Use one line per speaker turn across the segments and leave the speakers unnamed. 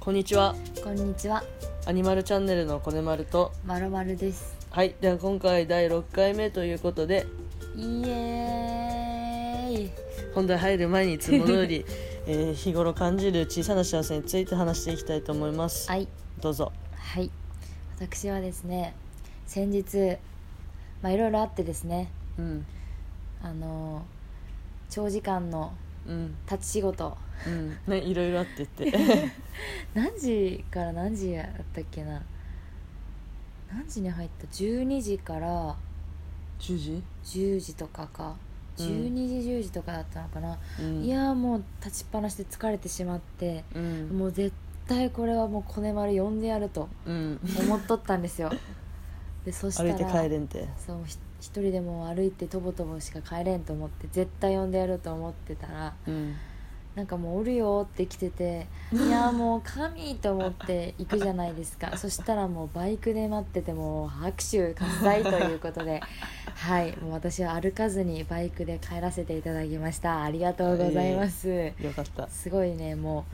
こんにちは
こんにちは、
アニマルチャンネルのこねまると
まるまるです。
はいでは今回第6回目ということで
イエーイ。
本題入る前にいつものよ り、えー日頃感じる小さな幸せについて話していきたいと思います、
はい、
どうぞ
はい。私はですね、先日、まあいろいろあってですね、
うん
あの長時間の
うん
立ち仕事、
うんねいろいろあって 言って
何時から何時やったっけな。何時に入った？12時から
10時、
10時とかか。
うん
12時10時とかだったのかな、
うん、
いやーもう立ちっぱなしで疲れてしまって、
うん
もう絶対これはもうコネ丸呼んでやると
うん
思っとったんで すよでそした
歩
ら
いて帰れんて
そうひ一人でもう歩いてとぼとぼしか帰れんと思って絶対呼んでやると思ってたら
うん
なんかもう「おるよ」って来 てて「いやーもう神!」と思って行くじゃないですかそしたらもうバイクで待っててもう拍手喝采というこ とではいもう私は歩かずにバイクで帰らせていただきましたありがとうございます、
よかった
すごいねもう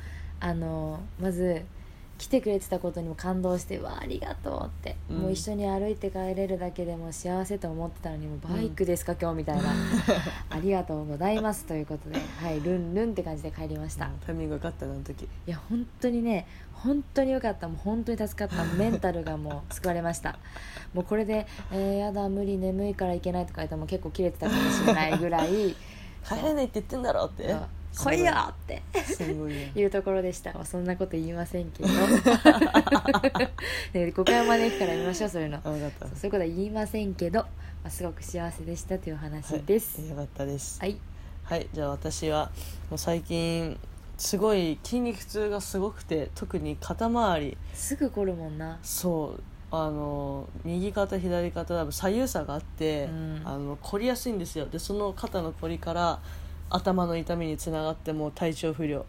あのまず来てくれてたことにも感動して「わあありがとう」って、
うん
もう一緒に歩いて帰れるだけでも幸せと思ってたのにもうバイクですか、今日みたいな「 ありがとうございます」ということ ではいルンルンって感じで帰りました、
うん
い
タイミングよかったなあの時
や本当にね本当によかったもう本当に助かったメンタルがもう救われましたもうこれで「えー、やだ無理眠いから行けない」とか言ったらもう結構切れてたかもしれないぐ らい
帰れないって言ってんだろうっ
「
て
来いよ!」って
すごい ね
いうところでしたまあそんなこと言いません けどね誤解を招くからやめましょうそういうの
あ
そう
よかった
そういうことは言いませんけど、まあ、すごく幸せでしたというお話です
はい、よかったです
はい、
はいじゃあ私はもう最近すごい筋肉痛がすごくて特に肩周り
すぐ来るもんな
そうあの右肩左肩多分左右差があって、
うん
あの凝りやすいんですよでその肩の凝りから頭の痛みにつながってもう体調不良っ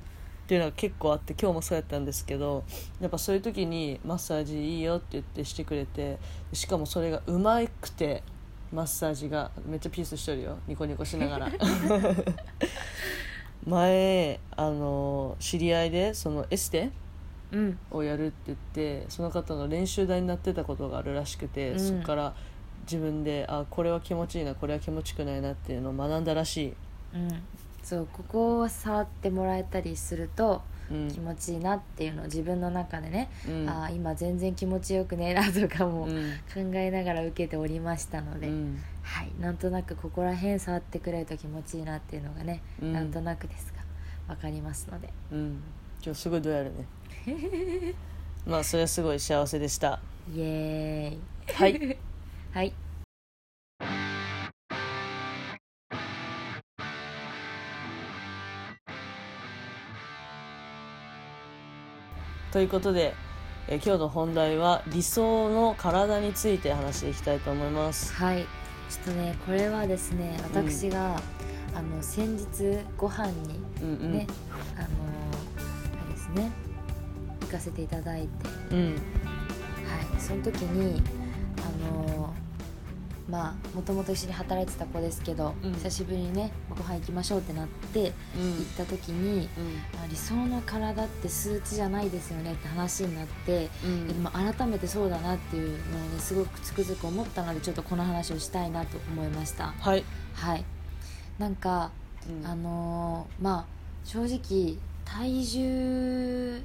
ていうのが結構あって今日もそうやったんですけどやっぱそういう時にマッサージいいよって言ってしてくれてしかもそれがうまくてマッサージがめっちゃピースしてるよニコニコしなが ら前あの知り合いでそのエステ
うん
をやるって言ってその方の練習台になってたことがあるらしくて、
うん
そこから自分であこれは気持ちいいなこれは気持ちくないなっていうのを学んだらしい、
うんそうここを触ってもらえたりすると
うん
気持ちいいなっていうのを自分の中でね、
うん
ああ今全然気持ちよくねえなとかも
う
考
ん
えながら受けておりましたので、
うん
はい、なんとなくここら辺触ってくれると気持ちいいなっていうのがね、
うん
なんとなくですが分かりますので
うん今日すごいどうやる ねまあそれはすごい幸せでした
イエーイ
はい
はい
ということでえ今日の本題は理想の体について話していきたいと思います
はいちょっとねこれはですね
うん
私が、あの先日ご飯に
うんうん、
ね、あのあれですね行かせていただいて
うん
はい、その時にあのーまあもともと一緒に働いてた子ですけど、
うん
久しぶりにねご飯行きましょうってなって
う
行
ん
った時に、あ理想の体って数値じゃないですよねって話になって、
うん
でまあ改めてそうだなっていうのをねすごくつくづく思ったのでちょっとこの話をしたいなと思いました。
はい、
はいなんか
うん
あのーまあ正直体重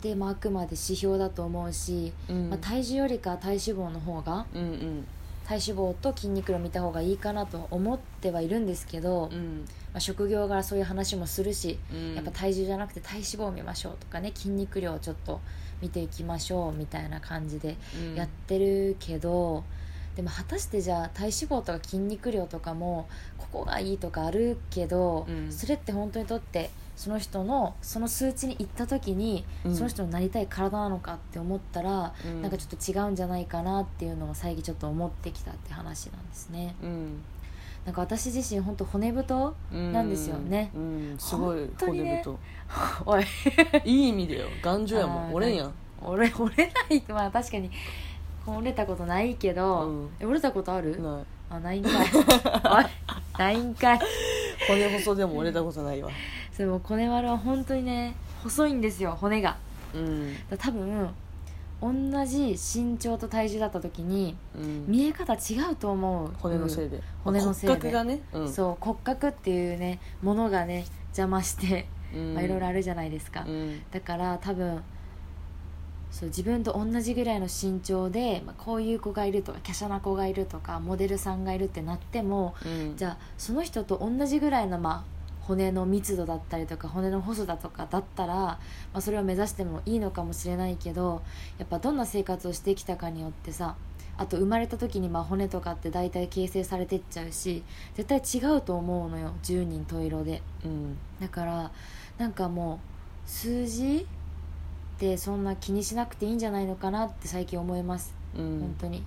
でもあくまで指標だと思うし、
うん
まあ、体重よりか体脂肪の方が
うんうん
体脂肪と筋肉量見た方がいいかなと思ってはいるんですけど、
う
ま
ん
あ、職業柄そういう話もするし、
うん
やっぱ体重じゃなくて体脂肪を見ましょうとかね筋肉量をちょっと見ていきましょうみたいな感じで
うん
やってるけど、でも果たしてじゃあ体脂肪とか筋肉量とかもここがいいとかあるけど、
うん
それって本当にとってその人のその数値に行った時に、
うん
その人のなりたい体なのかって思ったら、
うん
なんかちょっと違うんじゃないかなっていうのを最近ちょっと思ってきたって話なんですね。
うん
なんか私自身本当 骨太
なん
ですよね
うん、すごい
本当に
骨
ね
太、
おい
いい意味でよ頑丈やも
あ
ん
ー
折れんやん
俺折れないまあ確かに折れたことないけど、
うん
え折れたことある
ない
あない んかいおいないんかい
骨細でも折れたことないわ
それもう骨丸は本当にね細いんですよ骨が
うん
だ多分同じ身長と体重だった時に
うん、
見え方違うと思う
骨のせいで、
骨のせいで
骨格がね、うん
そう骨格っていうねものがね邪魔して、
うん
まあ、いろいろあるじゃないですか、
うん
だから多分そう自分と同じぐらいの身長で、まあ、こういう子がいるとか華奢な子がいるとかモデルさんがいるってなっても
うん、
じゃあその人と同じぐらいの、まあ、骨の密度だったりとか骨の細さとかだったら、まあ、それを目指してもいいのかもしれないけどやっぱどんな生活をしてきたかによってさあと生まれた時にまあ骨とかって大体形成されてっちゃうし絶対違うと思うのよ十人十色で。
うん
だからなんかもう数字ってそんな気にしなくていいんじゃないのかなって最近思います、
うん
本当に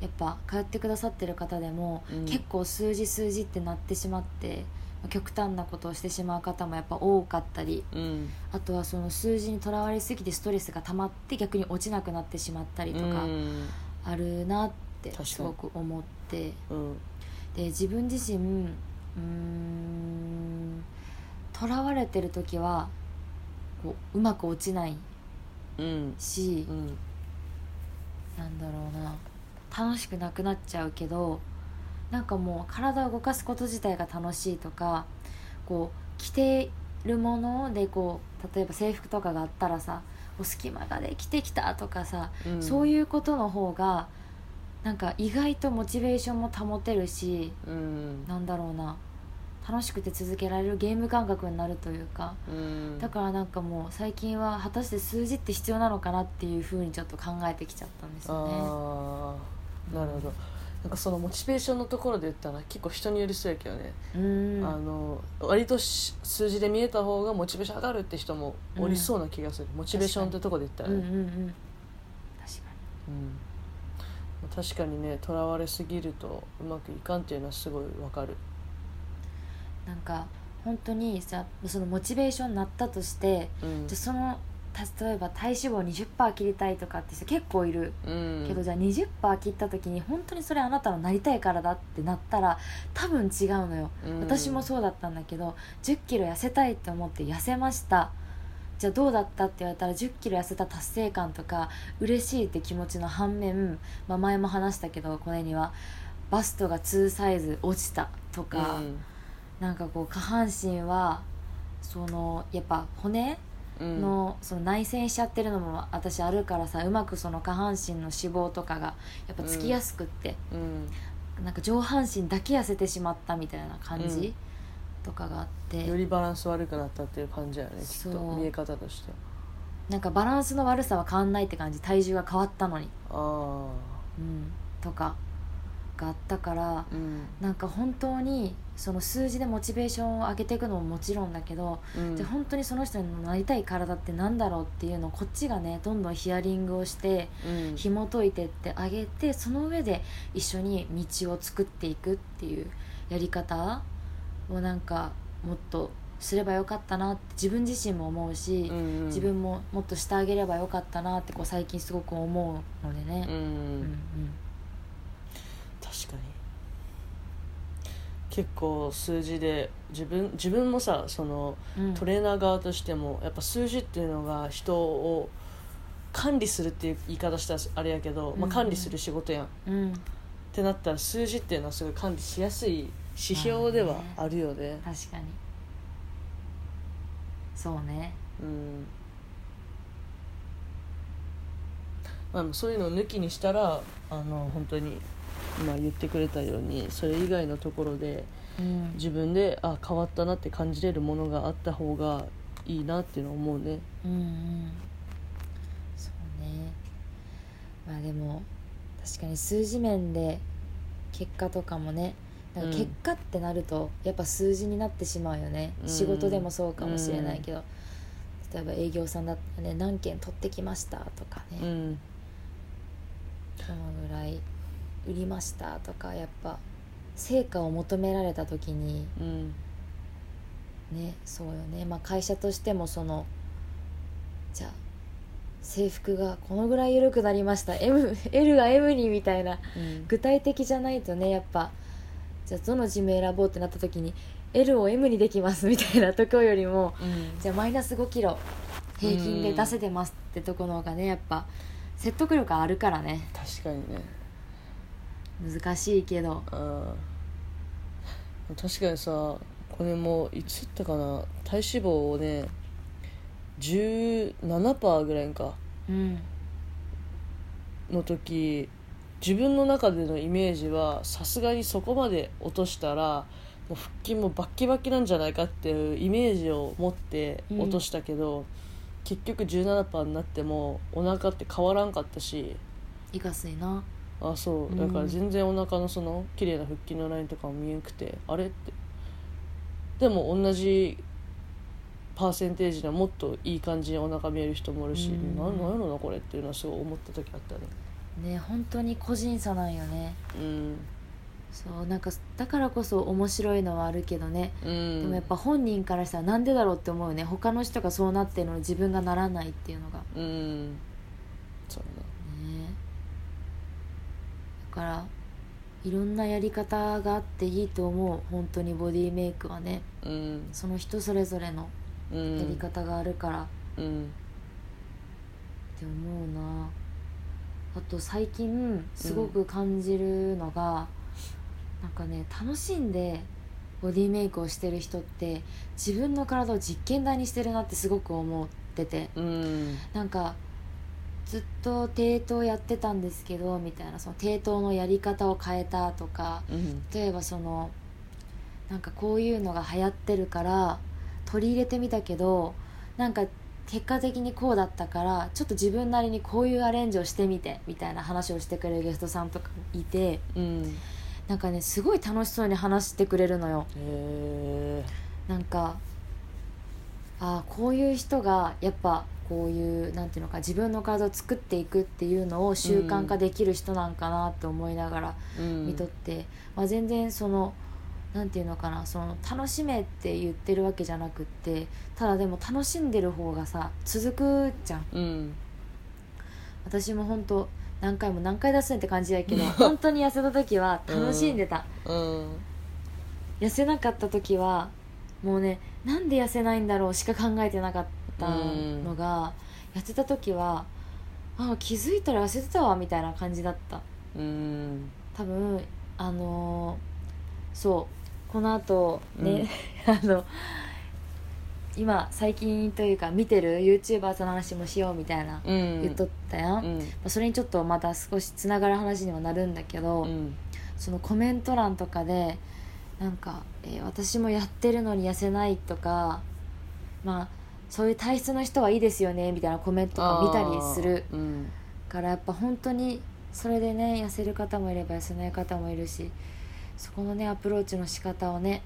やっぱ通ってくださってる方でも、
うん
結構数字数字ってなってしまってまあ極端なことをしてしまう方もやっぱ多かったり
うん
あとはその数字にとらわれすぎてストレスが溜まって逆に落ちなくなってしまったりとか
うん
あるなって
確かに
すごく思って。
うん
で自分自身うーんとらわれてる時はこううまく落ちない
うん
し、
うん
なんだろうな楽しくなくなっちゃうけどなんかもう体を動かすこと自体が楽しいとかこう着てるものでこう例えば制服とかがあったらさこう隙間ができてきたとかさ
うん
そういうことの方がなんか意外とモチベーションも保てるし
うん
なんだろうな楽しくて続けられるゲーム感覚になるというか
うん
だからなんかもう最近は果たして数字って必要なのかなっていうふうにちょっと考えてきちゃったんですよ
ああなるほどなんかそのモチベーションのところで言ったら結構人によりそうやけどね、
ねうーん
あの割とし数字で見えた方がモチベーション上がるって人もおりそうな気がする、モチベーションってとこで言ったら
うんうん
ね、
うん確か
うん確かにねとらわれすぎるとうまくいかんっていうのはすごいわかる
になんか本当にさそのモチベーションになったとして
うん
じゃあそのた例えば体脂肪20%切りたいとかって人結構いる
うん
けどじゃあ20%切った時に本当にそれあなたのなりたいからだってなったら多分違うのよ
うん
私もそうだったんだけど1 0キロ痩せたいって思って痩せましたじゃあどうだったって言われたら1 0キロ痩せた達成感とか嬉しいって気持ちの反面、まあ、前も話したけどこれにはバストが2サイズ落ちたとか、なんかこう下半身はそのやっぱ骨
うん
のその内旋しちゃってるのも私あるからさうまくその下半身の脂肪とかがやっぱつきやすくって、
うん
なんか上半身だけ痩せてしまったみたいな感じ、
うん
とかがあって
よりバランス悪くなったっていう感じやねきっと
そう
見え方として
なんかバランスの悪さは変わんないって感じ体重が変わったのに、
あ
うん、とかがあったから
あうん
なんか本当にその数字でモチベーションを上げていくのももちろんだけど、
うん
じゃあ本当にその人になりたい体ってなんだろうっていうのをこっちがねどんどんヒアリングをして
うん
紐解いてってあげてその上で一緒に道を作っていくっていうやり方をなんかもっとすればよかったなって自分自身も思うし、
うん
自分ももっとしてあげればよかったなってこう最近すごく思うので
う
ね、うん
ん確かに結構数字で自分自分もさその
うんうん
トレーナー側としてもやっぱ数字っていうのが人を管理するっていう言い方したらあれやけど、ま
う
あ、
ん
管理する仕事やん、っ
うん
てなったら数字っていうのはすごい管理しやすい指標ではあるよね
確かにそうね
うんまあ、そういうのを抜きにしたらあの本当に今言ってくれたようにそれ以外のところで
うん
自分であ変わったなって感じれるものがあった方がいいなっていうのは思うね
うんうんそうねまあでも確かに数字面で結果とかもねなんか
うん
結果ってなるとやっぱ数字になってしまうよね、
うん
仕事でもそうかもしれないけど、例えば営業さんだったらね何件取ってきましたとかね、
うん
どのぐらい売りましたとかやっぱ成果を求められた時に
うん
ねそうよね、まあ、会社としてもそのじゃあ制服がこのぐらい緩くなりました M L が M にみたいな
うん
具体的じゃないとねやっぱじゃあどのジム選ぼうってなった時に L を M にできますみたいなとこよりもじゃあマイナス5キロ平均で出せてますってとこの方がねやっぱ説得力あるからね
確かにね
難しいけど
あー確かにさこれもいつ言ったかな体脂肪をね17%ぐらいか
うん
の時自分の中でのイメージはさすがにそこまで落としたらもう腹筋もバッキバキなんじゃないかっていうイメージを持って落としたけど、結局17%になってもお腹って変わらんかったし
いかすいな
あそううんだから全然お腹のその綺麗な腹筋のラインとかも見えんくてあれってでも同じパーセンテージではもっといい感じにお腹見える人もおるし
うん
何やろなこれっていうのはすごい思った時あったね
ね本当に個人差なんよね
うん
そうなんかだからこそ面白いのはあるけどね
うん
でもやっぱ本人からしたらなんでだろうって思うよね他の人がそうなってるのに自分がならないっていうのが
うんそうだ
ねだからいろんなやり方があっていいと思う本当にボディメイクはね
なうん
その人それぞれの
うん
やり方があるからっ
うん
て思うなあと最近すごく感じるのが、なんかね楽しんでボディメイクをしてる人って自分の体を実験台にしてるなってすごく思ってて
うん
なんかずっと低頭やってたんですけどみたいなその低頭のやり方を変えたとか
うん
例えばそのなんかこういうのが流行ってるから取り入れてみたけどなんか結果的にこうだったからちょっと自分なりにこういうアレンジをしてみてみたいな話をしてくれるゲストさんとかもいて
うんへ
なんかねすごい楽しそうに話してくれるのよ。
え
なんかあーこういう人がやっぱこういうなんていうのか自分の体を作っていくっていうのを習慣化できる人なんかなって思いながら
うん
見とって、まあ、全然そのなんていうのかなその楽しめって言ってるわけじゃなくってただでも楽しんでる方がさ続くじゃん
うん
私も本当何回も何回出すねんって感じやけど本当に痩せた時は楽しんでた。
うん
痩せなかった時はもうねなんで痩せないんだろうしか考えてなかったのが、痩せた時はあ気づいたら痩せてたわみたいな感じだった
うん
多分あのーそうこの後ね、 あの今最近というか見てる YouTuber との話もしようみたいな
うん
言っとったやん、
う
ま
ん
あそれにちょっとまた少しつながる話にはなるんだけど、
うん
そのコメント欄とかでなんか、えー私もやってるのに痩せない」とかまあそういう体質の人はいいですよねみたいなコメントとか見たりする
あーうん
からやっぱ本当にそれでね痩せる方もいれば痩せない方もいるしそこのねアプローチの仕方をね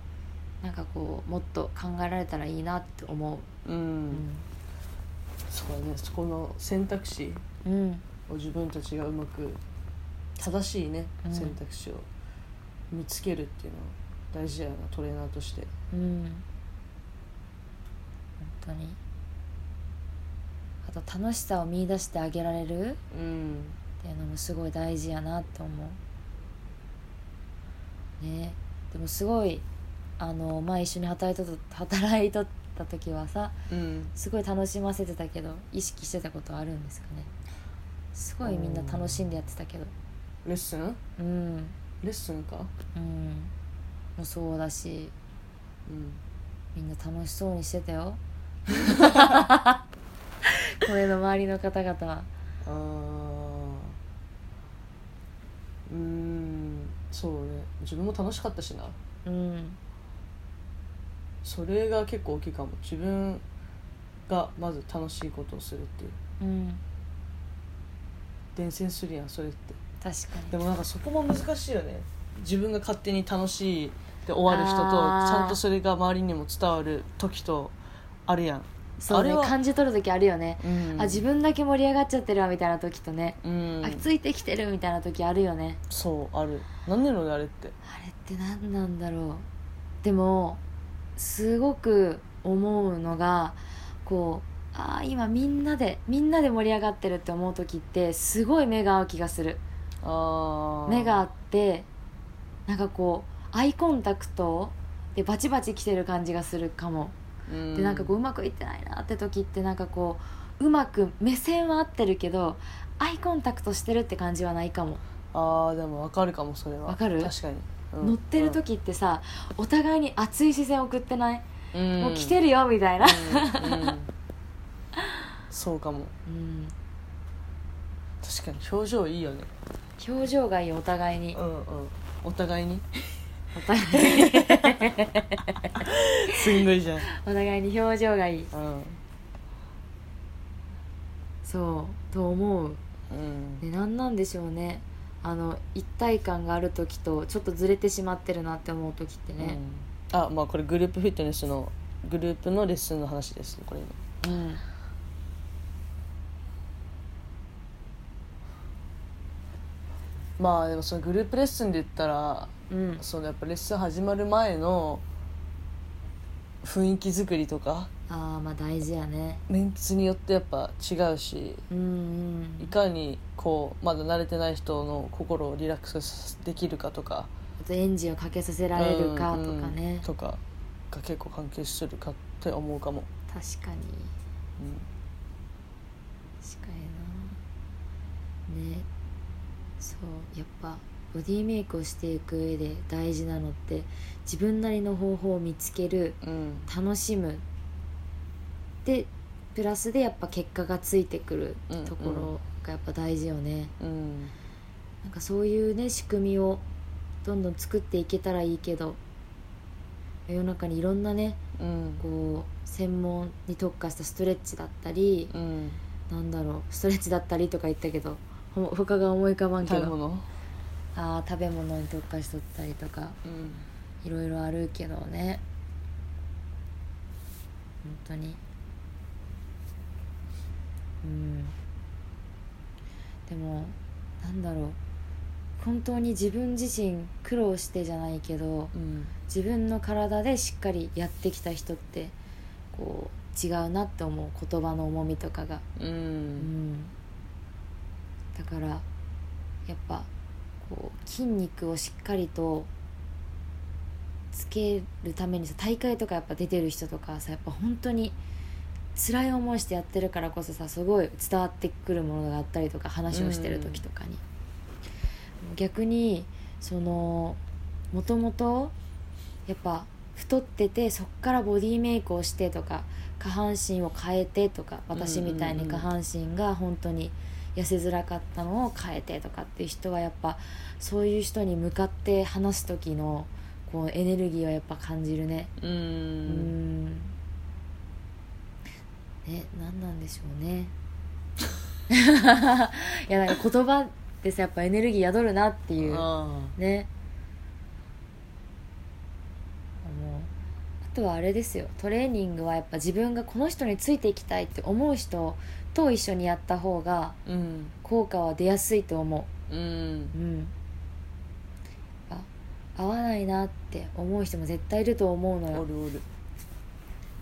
なんかこうもっと考えられたらいいなって思
う
ううんん、
そうだねそこの選択肢
うん
を自分たちがうまく正しいね
うん
選択肢を見つけるっていうのは大事やなトレーナーとして
うん本当にあと楽しさを見出してあげられる
うん
っていうのもすごい大事やなって思うねでもすごいあの前一緒に働いとった働いとった時はさ
うん
すごい楽しませてたけど意識してたことあるんですかねすごいみんな楽しんでやってたけど
レッスン
うん
レッスンか
うんもそうだし
うん
みんな楽しそうにして たよこれの周りの方々は
あーうーんそうね自分も楽しかったしな
うん
それが結構大きいかも自分がまず楽しいことをするっていう
うん
伝染するやんそれって
確かに
でもなんかそこも難しいよね自分が勝手に楽しいで終わる人とち
あー
ゃんとそれが周りにも伝わる時とあるやん、
そうね
あれは
感じ取る時あるよね
うん
あ自分だけ盛り上がっちゃってるわみたいな時とね、
うん
あついてきてるみたいな時あるよね
そうある何年のあれって
あれって何なんだろうでもすごく思うのがこうあー今みんなでみんなで盛り上がってるって思う時ってすごい目が合う気がする
あー
目があってなんかこうアイコンタクトでバチバチ来てる感じがするかも
うん
でなんかこううまくいってないなって時ってなんかこううまく目線は合ってるけどアイコンタクトしてるって感じはないかも、
あーでもわかるかもそれは
わかる
確かに、うん
乗ってる、時ってさお互いに熱い視線送ってない、
うん
もう来てるよみたいな、
うんうんそうかも
うん、
確かに表情いいよね
表情がいいお互いに
うんうんお互いに
お互いに
すんごいじゃん、
お互いに表情がいい
うん
そうと思う
うん、
で何なんでしょうねあの一体感がある時とちょっとずれてしまってるなって思う時ってね、
うん、あまあこれグループフィットネスのグループのレッスンの話ですこれ今
うん、
まあでもそのグループレッスンで言ったら
うん、
そのやっぱレッスン始まる前の雰囲気作りとか
ああまあ大事やね
メンツによってやっぱ違うし
うんうん
いかにこうまだ慣れてない人の心をリラックスできるかとか
あとエンジンをかけさせられるかとか
うんうん
ね、
とかが結構関係するかって思うかも、
確かに
うん
確かになねそうやっぱボディメイクをしていく上で大事なのって自分なりの方法を見つける
うん
楽しむでプラスでやっぱ結果がついてくる
うん
ところがやっぱ大事よね、
うん
なんかそういうね仕組みをどんどん作っていけたらいいけど世の中にいろんなね
うん
こう専門に特化したストレッチだったり、
うん
なんだろうストレッチだったりとか言ったけどほ他が思い浮かばんけ
食べ
ど
物
あー食べ物に特化しとったりとか
うん
いろいろあるけどね本当にうんでもなんだろう本当に自分自身苦労してじゃないけど
うん
自分の体でしっかりやってきた人ってこう違うなって思う言葉の重みとかが
う
うんんだからやっぱこう筋肉をしっかりとつけるためにさ大会とかやっぱ出てる人とかさやっぱ本当に辛い思いしてやってるからこそさすごい伝わってくるものがあったりとか話をしてる時とかに、逆にそのもともとやっぱ太っててそっからボディメイクをしてとか下半身を変えてとか私みたいに下半身が本当に痩せづらかったのを変えてとかっていう人はやっぱそういう人に向かって話す時のこうエネルギーはやっぱ感じるね。
う
うんんね何なんでしょう ねいやなんか言葉ってさやっぱエネルギー宿るなっていう
あ
ねもうあとはあれですよトレーニングはやっぱ自分がこの人についていきたいって思う人と一緒にやった方が
ーうん
効果は出やすいと思
うん
ううんやっぱ合わないなって思う人も絶対いると思うの
お
よ
るおる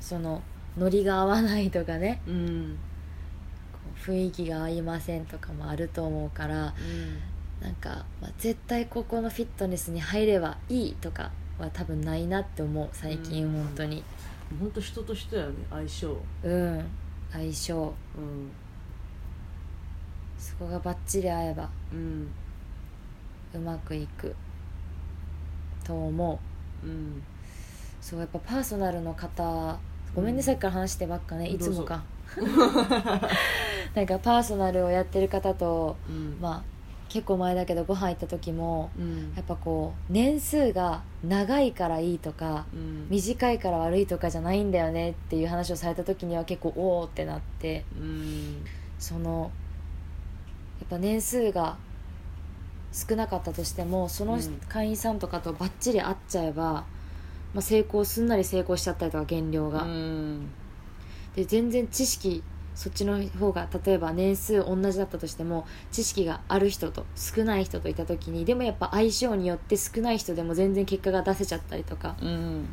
そのノリが合わないとかね
うん
こう雰囲気が合いませんとかもあると思うからなんか、まあ、絶対ここのフィットネスに入ればいいとかは多分ないなって思う最近
うん
本当に
本当人と人やね相性
うん、相性
うん
そこがバッチリ合えば
うん
うまくいくと思う
うん
そうやっぱパーソナルの方ごめんね、
うん
さっきから話してばっかねいつもか
ど
なんかパーソナルをやってる方と
うん
まあ結構前だけどご飯行った時も
うん
やっぱこう年数が長いからいいとか
うん
短いから悪いとかじゃないんだよねっていう話をされた時には結構おおってなって
うん
そのやっぱ年数が少なかったとしてもその
うん
会員さんとかとバッチリ合っちゃえば、まあ、成功すんなり成功しちゃったりとか減量が、
うん
で全然知識そっちの方が例えば年数同じだったとしても知識がある人と少ない人といた時にでもやっぱ相性によって少ない人でも全然結果が出せちゃったりとか
うん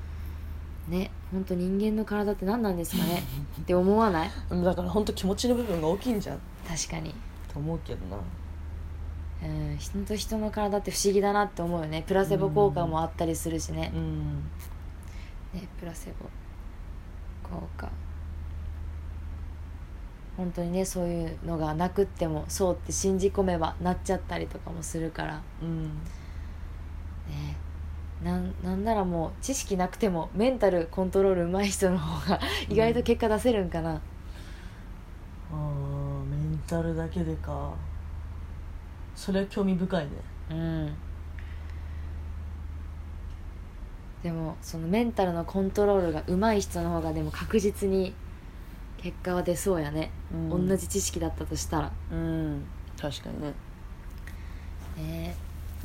ね本当人間の体って何なんですか ねって思わない
だから本当気持ちの部分が大きいんじゃん
確かに
と思うけどな
うん人と人の体って不思議だなって思うよねプラセボ効果もあったりするしね,、
ん
ねプラセボ効果本当にねそういうのがなくってもそうって信じ込めばなっちゃったりとかもするから
うん
ねなんなんならもう知識なくてもメンタルコントロール上手い人の方が意外と結果出せるんかな、
あーメンタルだけでかそれは興味深いね
うんでもそのメンタルのコントロールが上手い人の方がでも確実に結果は出そうやね、
うん
同じ知識だったとしたら
うん確かにね
ね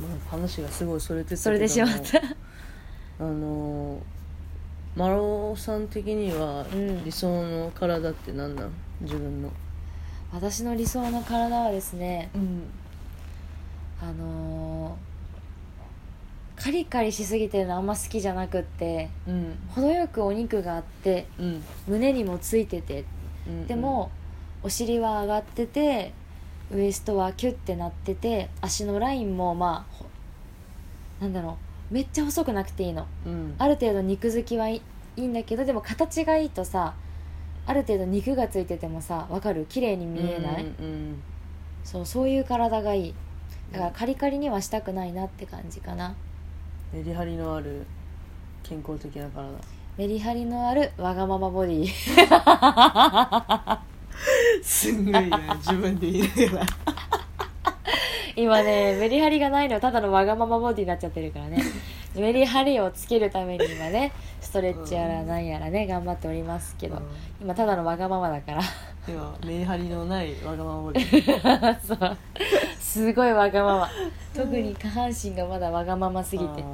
もう話がすごいそれてたけども
それでしまった
あのーマロさん的には
うん
理想の体って何なん自分の
私の理想の体はですね
うん
あのーカリカリしすぎてるのあんま好きじゃなくって
うん
程よくお肉があって
うん
胸にもついてて
うん
でも、お尻は上がっててウエストはキュッてなってて足のラインもまあほなんだろうめっちゃ細くなくていいの
うん
ある程度肉付きはいいいいんだけどでも形がいいとさある程度肉がついててもさわかる綺麗に見えない、
うんうん
そうそういう体がいいだから
うん
カリカリにはしたくないなって感じかな
メリハリのある健康的な体
メリハリのあるわがままボディ
すんごいね自分で言いながら
今ねメリハリがないのはただのわがままボディになっちゃってるからねメリハリをつけるために今ねストレッチやらなんやらね頑張っておりますけど、今ただのわがままだから
ではメリハリのないわがま まで
そうすごいわがまま特に下半身がまだわがまますぎてこ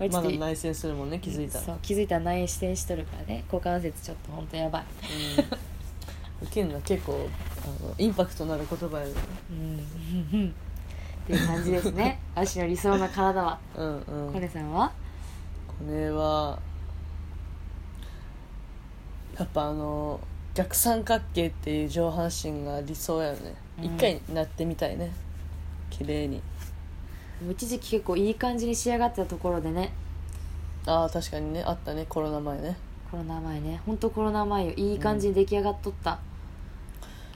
れちょ
ま
っと
だ内戦するもんね気づいた
そ
ら
う気づいたら内視点しとるからね股関節ちょっとほんとやばい
うんウケるのは結構あのインパクトのある言葉やね
うんっていう感じで すね私の理想の体は
うんうん
コネさんは
これはやっぱあの逆三角形っていう上半身が理想やよね、
うん
一回なってみたいね綺麗に
一時期結構いい感じに仕上がってたところでね
ああ確かにねあったねコロナ前ね
コロナ前ねほんとコロナ前よいい感じに出来上がっとった、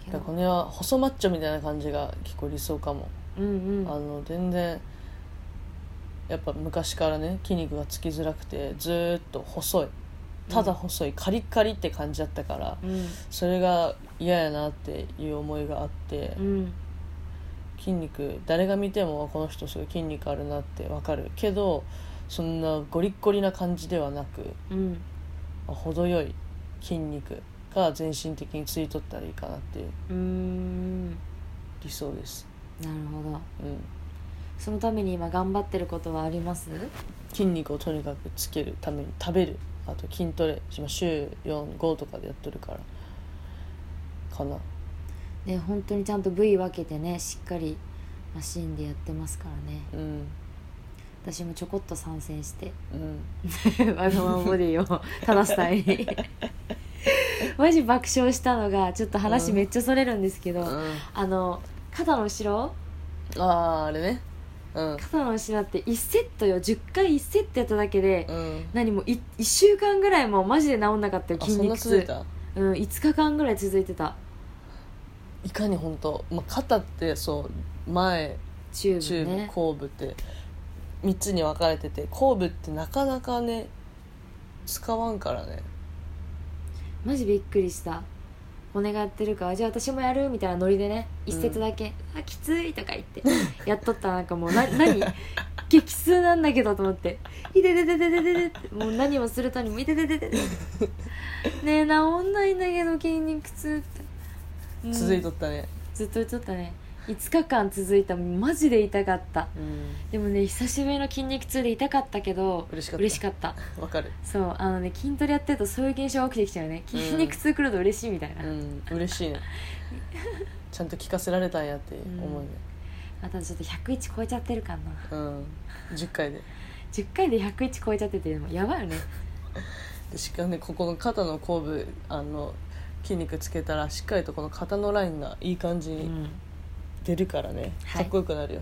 け
だか
ど
らこれは細マッチョみたいな感じが結構理想かも、
うんうん
あの全然やっぱ昔からね筋肉がつきづらくてずーっと細いただ細い、カリッカリって感じだったから
うん
それが嫌やなっていう思いがあって、
うん
筋肉誰が見てもこの人すごい筋肉あるなってわかるけどそんなゴリッゴリな感じではなく
うん
まあ程よい筋肉が全身的についとったらいいかなっていう
うーんな
理想です、
るほど
うん、
そのために今頑張ってることはあります
筋肉をとにかくつけるために食べるあと筋トレ今週45とかでやっとるからかな
ね本当にちゃんと部位分けてねしっかりマシンでやってますからね
うん
私もちょこっと参 戦して
うん
わがままボディを 正すため にマジ爆笑したのがちょっと話
うん
めっちゃそれるんですけど、
うん
あの肩の後ろ
あああれねうん
肩の後ろって1セットよ10回1セットやっただけで、
うん
何もうい1週間ぐらいもうマジで治んなかったよ
あ
筋
そん
肉
な
痛
続いた
うん、5日間ぐらい続いてた
いかに本当、まあ、肩ってそう前
チュ
中
ーブ
部
ね
後部って3つに分かれてて後部ってなかなかね使わんからね
マジびっくりした骨がやってるからじゃあ私もやるみたいなノリでね一節だけ「あきつい」とか言ってやっとったらなんかもうな 何激痛なんだけどと思って「いててててててて」もう何をするたにも「いててててて」ねえ治んないんだけど筋肉痛って、うん
続いとったね
ずっと言っとったね5日間続いたマジで痛かった
うん
でもね久しぶりの筋肉痛で痛かったけど
嬉しかった
嬉しかった
わかる
そうあのね筋トレやってるとそういう現象が起きてきちゃうね
うん
筋肉痛くると嬉しいみたいな、
うん嬉しいね ちゃんと聞かせられたんやって思うね
あとちょっと101超えちゃってるかな
うん10回で
10回で101超えちゃっててでもやばいよね
でしかもねここの肩の後部あの筋肉つけたらしっかりとこの肩のラインがいい感じ
う
に
ん
出るからね、
は
か
い
っこよくなるよ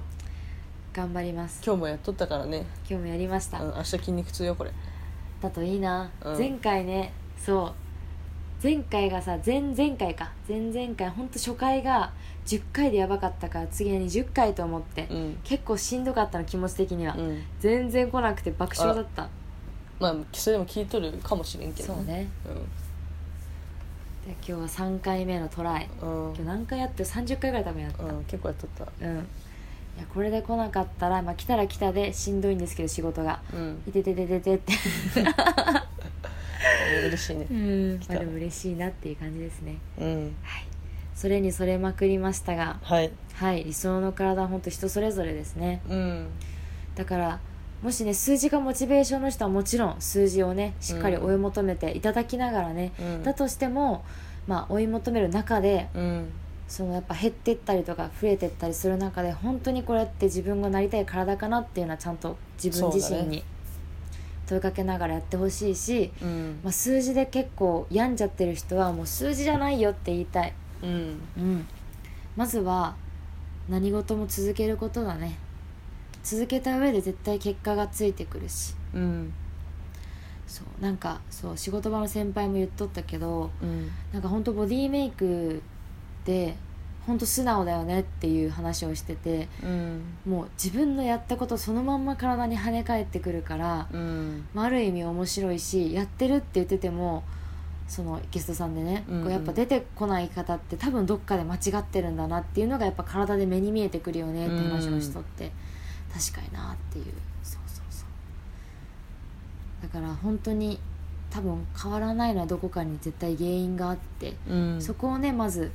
頑張ります
今日もやっとったからね、
今日もやりまし
う
た、
ん、明日筋肉痛よこれ
だといいな、
うん
前回ねそう前回がさ前々回か前々回ほんと初回が10回でやばかったから次は20回と思って、
うん
結構しんどかったの気持ち的には、
うん
全然来なくて爆笑だった
まあそれでも聞いとるかもしれんけど
そうねで今日は3回目のトライ
うん、うん
今日何回やってる30回ぐらい多分やった
うん、結構やっとった
うん、いやこれで来なかったら、まあ、来たら来たでしんどいんですけど仕事が
うん
いてててててって
嬉しいね
うん
た
まあでも嬉しいなっていう感じですね
うん
それにそれまくりましたが
はい
はい理想の体は本当人それぞれですね
うん
だからもしね数字がモチベーションの人はもちろん数字をねしっかり追い求めていただきながらね、
うん
だとしても、まあ、追い求める中で
うん
そのやっぱ減ってったりとか増えてったりする中で本当にこれって自分がなりたい体かなっていうのはちゃんと自分自
そう
身
だ
に問いかけながらやってほしいし、
うん
まあ、数字で結構病んじゃってる人はもう数字じゃないよって言いたい、
うん
うん、まずは何事も続けることだね続けた上で絶対結果がついてくるし
うん
そうなんかそう仕事場の先輩も言っとったけど
うん
なんか本当ボディメイクって本当素直だよねっていう話をしてて
うん
もう自分のやったことそのまんま体に跳ね返ってくるから、
うん
まあ、ある意味面白いしやってるって言っててもそのゲストさんでね、
うんうん
こうやっぱ出てこない方って多分どっかで間違ってるんだなっていうのがやっぱ体で目に見えてくるよねって話をしとって、確かになっていうそうそうそうだから本当に多分変わらないのはどこかに絶対原因があって
うん
そこをねまず、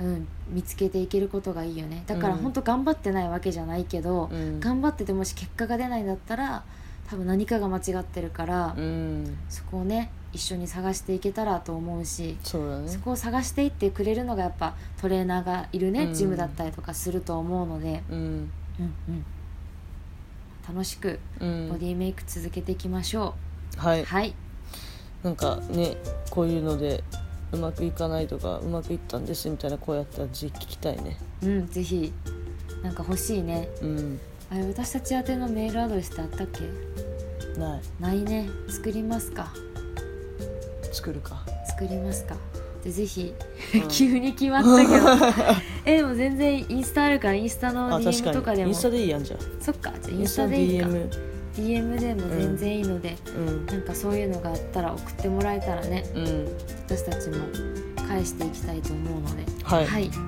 うん、見つけていけることがいいよねだから
うん
本当頑張ってないわけじゃないけど、
うん
頑張っててもし結果が出ないんだったら多分何かが間違ってるから、
うん
そこをね一緒に探していけたらと思うし、
そうだね
そこを探していってくれるのがやっぱトレーナーがいるね、
うん
ジムだったりとかすると思うので、
うん
うんうん、楽しく
うん
ボディメイク続けていきましょ
は
う、
い
はい
なんかねこういうのでうまくいかないとかうまくいったんですみたいなこうやったら聞きたいね
うんぜひなんか欲しいね
うん
あれ私たち宛てのメールアドレスってあったっけ
ない
ないね作りますか
作るか
作りますかでぜひ、
うん
急に決まっ たけどえでも全然インスタあるからインスタの
あ確
DM と
か
か
に
で
イ
も
ンスタ
そ
でいいやんじゃあ
っかじゃあイ
イン
ン
ス
ス
タ
タ
の
でいいか
DM
DM でも全然いいので、
うん
なんかそういうのがあったら送ってもらえたらね
うん
私たちも返していきたいと思うので
はい、
ぜ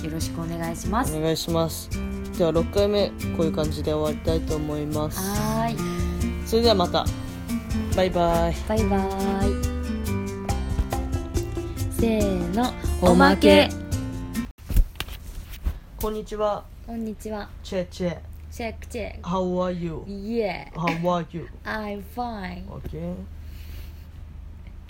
ひよろしくお願いします
お願いしますでは6回目こういう感じで終わりたいと思います
はーい
それではまたバイバイ
バイバーイせーの
おまけこんにちは
こんにちは
チェチェ
チェックチェック
How are you?
Yeah
How are you?
I'm fine
Okay